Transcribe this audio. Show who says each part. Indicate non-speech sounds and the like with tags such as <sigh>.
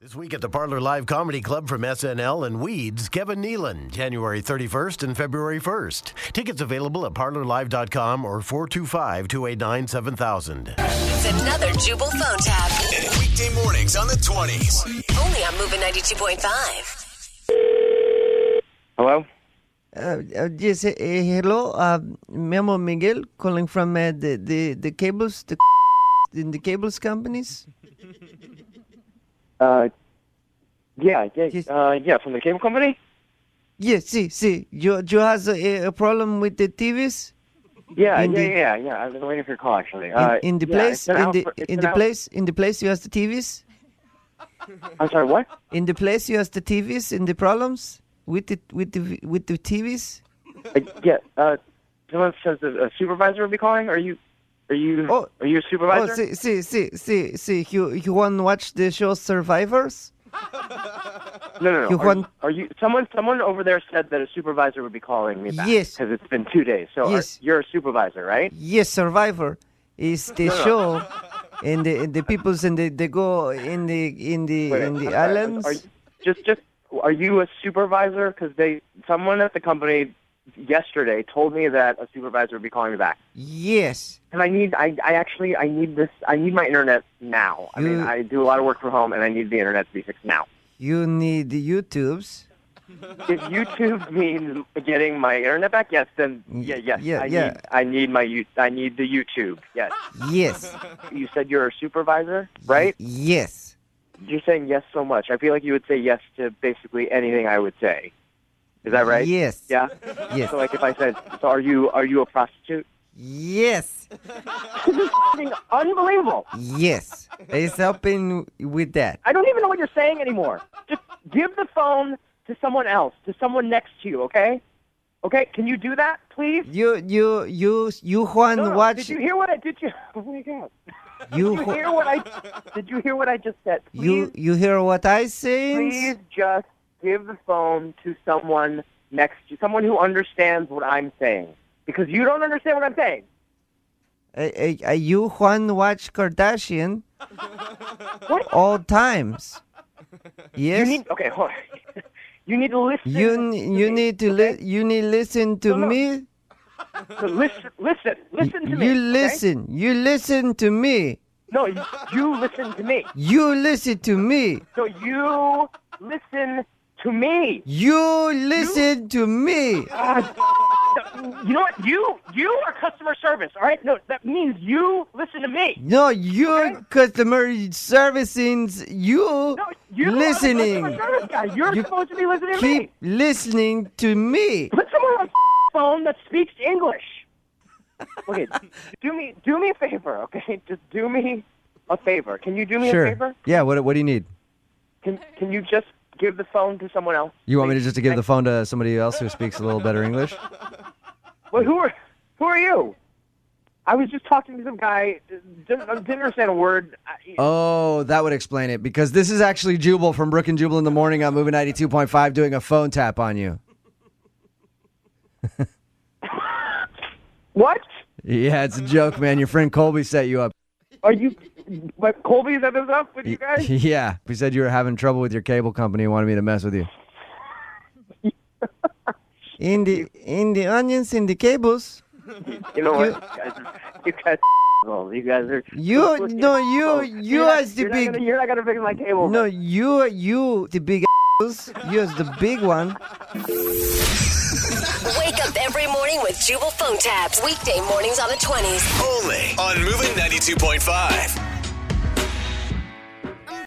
Speaker 1: This week at the Parlor Live Comedy Club from SNL and Weeds, Kevin Nealon, January 31st and February 1st. Tickets available at parlorlive.com or 425 289 7000.
Speaker 2: It's another Jubal phone tab.
Speaker 3: Weekday mornings on the 20s.
Speaker 2: Only on Moving 92.5.
Speaker 4: Hello?
Speaker 5: Uh, uh, yes, uh, hello. Uh, me llamo Miguel, calling from uh, the, the the cables, the <laughs> in the cables companies.
Speaker 4: Uh, yeah, yeah,
Speaker 5: Yes.
Speaker 4: uh, yeah, from the cable company?
Speaker 5: Yes, see, see, you you has a, a problem with the TVs
Speaker 4: Yeah,
Speaker 5: In
Speaker 4: yeah,
Speaker 5: the-
Speaker 4: yeah, yeah. I've been waiting for your call, actually.
Speaker 5: in,
Speaker 4: Uh,
Speaker 5: in the
Speaker 4: yeah, it's
Speaker 5: place,
Speaker 4: been
Speaker 5: in
Speaker 4: out
Speaker 5: the
Speaker 4: for- it's
Speaker 5: in
Speaker 4: been
Speaker 5: the
Speaker 4: out-
Speaker 5: place, in the place you has the TVs,
Speaker 4: I'm sorry, what?
Speaker 5: in the place you has the TVs, in the problems with the with the with the TVs.
Speaker 4: Uh, yeah, uh, someone says that a supervisor will be calling? Are you, are you,
Speaker 5: Oh.
Speaker 4: are you a supervisor?
Speaker 5: Oh, see, see, see, see, see, you you want watch the show Survivors?
Speaker 4: no, no, no.
Speaker 5: you
Speaker 4: are,
Speaker 5: want-
Speaker 4: are you, someone, someone over there said that a supervisor would be calling me back.
Speaker 5: Yes.
Speaker 4: Because it's been two days. So are-
Speaker 5: Yes.
Speaker 4: you're a supervisor, right?
Speaker 5: Yes, Survivor is the show, and the and the peoples and the, they go in the in the
Speaker 4: Wait,
Speaker 5: in the
Speaker 4: I'm sorry,
Speaker 5: islands.
Speaker 4: Are you, just, just, are you a supervisor? Because they, someone at the company yesterday told me that a supervisor would be calling me back.
Speaker 5: Yes,
Speaker 4: And I need, I, I actually, I need this, I need my internet now. I mean,
Speaker 5: You-
Speaker 4: I do a lot of work from home, and I need the internet to be fixed now.
Speaker 5: you need the YouTubes.
Speaker 4: If YouTube <laughs> means getting my internet back, yes, then yeah, yes,
Speaker 5: Mm, yeah,
Speaker 4: I
Speaker 5: yeah.
Speaker 4: need, I need my, you- I need the YouTube. Yes,
Speaker 5: Yes,
Speaker 4: you said you're a supervisor, right?
Speaker 5: yes, Mm.
Speaker 4: You're saying yes so much. I feel like you would say yes to basically anything I would say. Is that right?
Speaker 5: Yes.
Speaker 4: Yeah.
Speaker 5: Yes.
Speaker 4: So like, if I said, so are you, are you a prostitute?
Speaker 5: yes,
Speaker 4: Unbelievable.
Speaker 5: yes. It's helping with that.
Speaker 4: I don't even know what you're saying anymore. Just give the phone to someone else, to someone next to you, okay? Okay, can you do that, please?
Speaker 5: You you you you Juan
Speaker 4: No, no,
Speaker 5: watch
Speaker 4: Did you hear what I did? You <laughs> oh my god!
Speaker 5: you
Speaker 4: Did you
Speaker 5: Ju-
Speaker 4: hear what I? Did you hear what I just said? Please,
Speaker 5: you you hear what I say?
Speaker 4: please just give the phone to someone next to you, someone who understands what I'm saying, because you don't understand what I'm saying.
Speaker 5: Uh, uh, you Juan watch Kardashian
Speaker 4: What?
Speaker 5: all times.
Speaker 4: You
Speaker 5: Yes.
Speaker 4: need okay. Hold on. <laughs> you need to listen.
Speaker 5: You
Speaker 4: to
Speaker 5: n- you
Speaker 4: me,
Speaker 5: need to
Speaker 4: okay?
Speaker 5: li- you need listen to
Speaker 4: No, no.
Speaker 5: me.
Speaker 4: So listen. Listen. Listen to me.
Speaker 5: you
Speaker 4: okay?
Speaker 5: listen. You listen to me.
Speaker 4: No, you- you listen to me.
Speaker 5: You listen to me.
Speaker 4: So you listen to me.
Speaker 5: You listen to me.
Speaker 4: You know what? You you are customer service, all right? No, that means you listen to me.
Speaker 5: No, you
Speaker 4: Okay.
Speaker 5: customer servicing. You,
Speaker 4: No, you
Speaker 5: listening.
Speaker 4: Are the customer service guy. You're
Speaker 5: You
Speaker 4: supposed to be listening to
Speaker 5: Keep
Speaker 4: me.
Speaker 5: listening to me.
Speaker 4: Put someone on <laughs> phone that speaks English. Okay, do me do me a favor, okay? <laughs> Just do me a favor. Can you do me a favor?
Speaker 6: Yeah. What What do you need?
Speaker 4: Can can you just give the phone to someone else?
Speaker 6: You want me to just to give the phone to somebody else who speaks a little better English?
Speaker 4: Well, who are who are you? I was just talking to some guy. Didn't, didn't understand a word. I-
Speaker 6: Oh, that would explain it because this is actually Jubal from Brook and Jubal in the morning on Moving ninety two point five doing a phone tap on you.
Speaker 4: What?
Speaker 6: Yeah, it's a joke, man. Your friend Colby set you up.
Speaker 4: Are you? But Colby's at this up with you
Speaker 6: <laughs>
Speaker 4: guys.
Speaker 6: Yeah, we said you were having trouble with your cable company and wanted me to mess
Speaker 4: <laughs>
Speaker 6: with you.
Speaker 5: In the in the onions in the cables.
Speaker 4: You know what? You guys, are- <laughs> you guys are.
Speaker 5: You no you you
Speaker 4: are
Speaker 5: as the
Speaker 4: you're Not
Speaker 5: big
Speaker 4: gonna, you're not gonna fix my cable.
Speaker 5: no you you the
Speaker 6: <laughs>
Speaker 5: big assholes. You as the big one.
Speaker 2: Wake up every morning with Jubal phone tabs. Weekday mornings on the 20s.
Speaker 3: Only on Moving 92.5.